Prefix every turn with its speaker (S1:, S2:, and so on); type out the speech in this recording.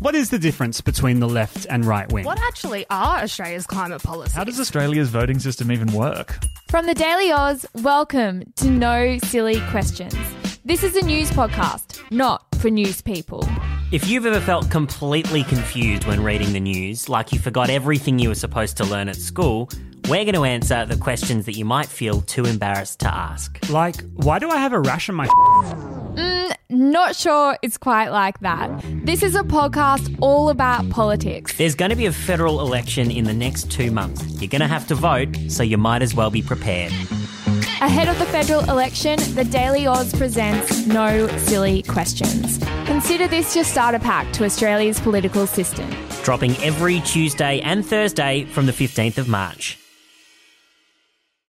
S1: What is the difference between the left and right wing?
S2: What actually are Australia's climate policies?
S3: How does Australia's voting system even work?
S4: From the Daily Oz, welcome to No Silly Questions. This is a news podcast, not for news people.
S5: If you've ever felt completely confused when reading the news, like you forgot everything you were supposed to learn at school, we're going to answer the questions that you might feel too embarrassed to ask.
S1: Like, why do I have a rash on my?
S4: Not sure it's quite like that. This is a podcast all about politics.
S5: There's going to be a federal election in the next two months. You're going to have to vote, so you might as well be prepared.
S4: Ahead of the federal election, the Daily Oz presents No Silly Questions. Consider this your starter pack to Australia's political system.
S5: Dropping every Tuesday and Thursday from the 15th of March.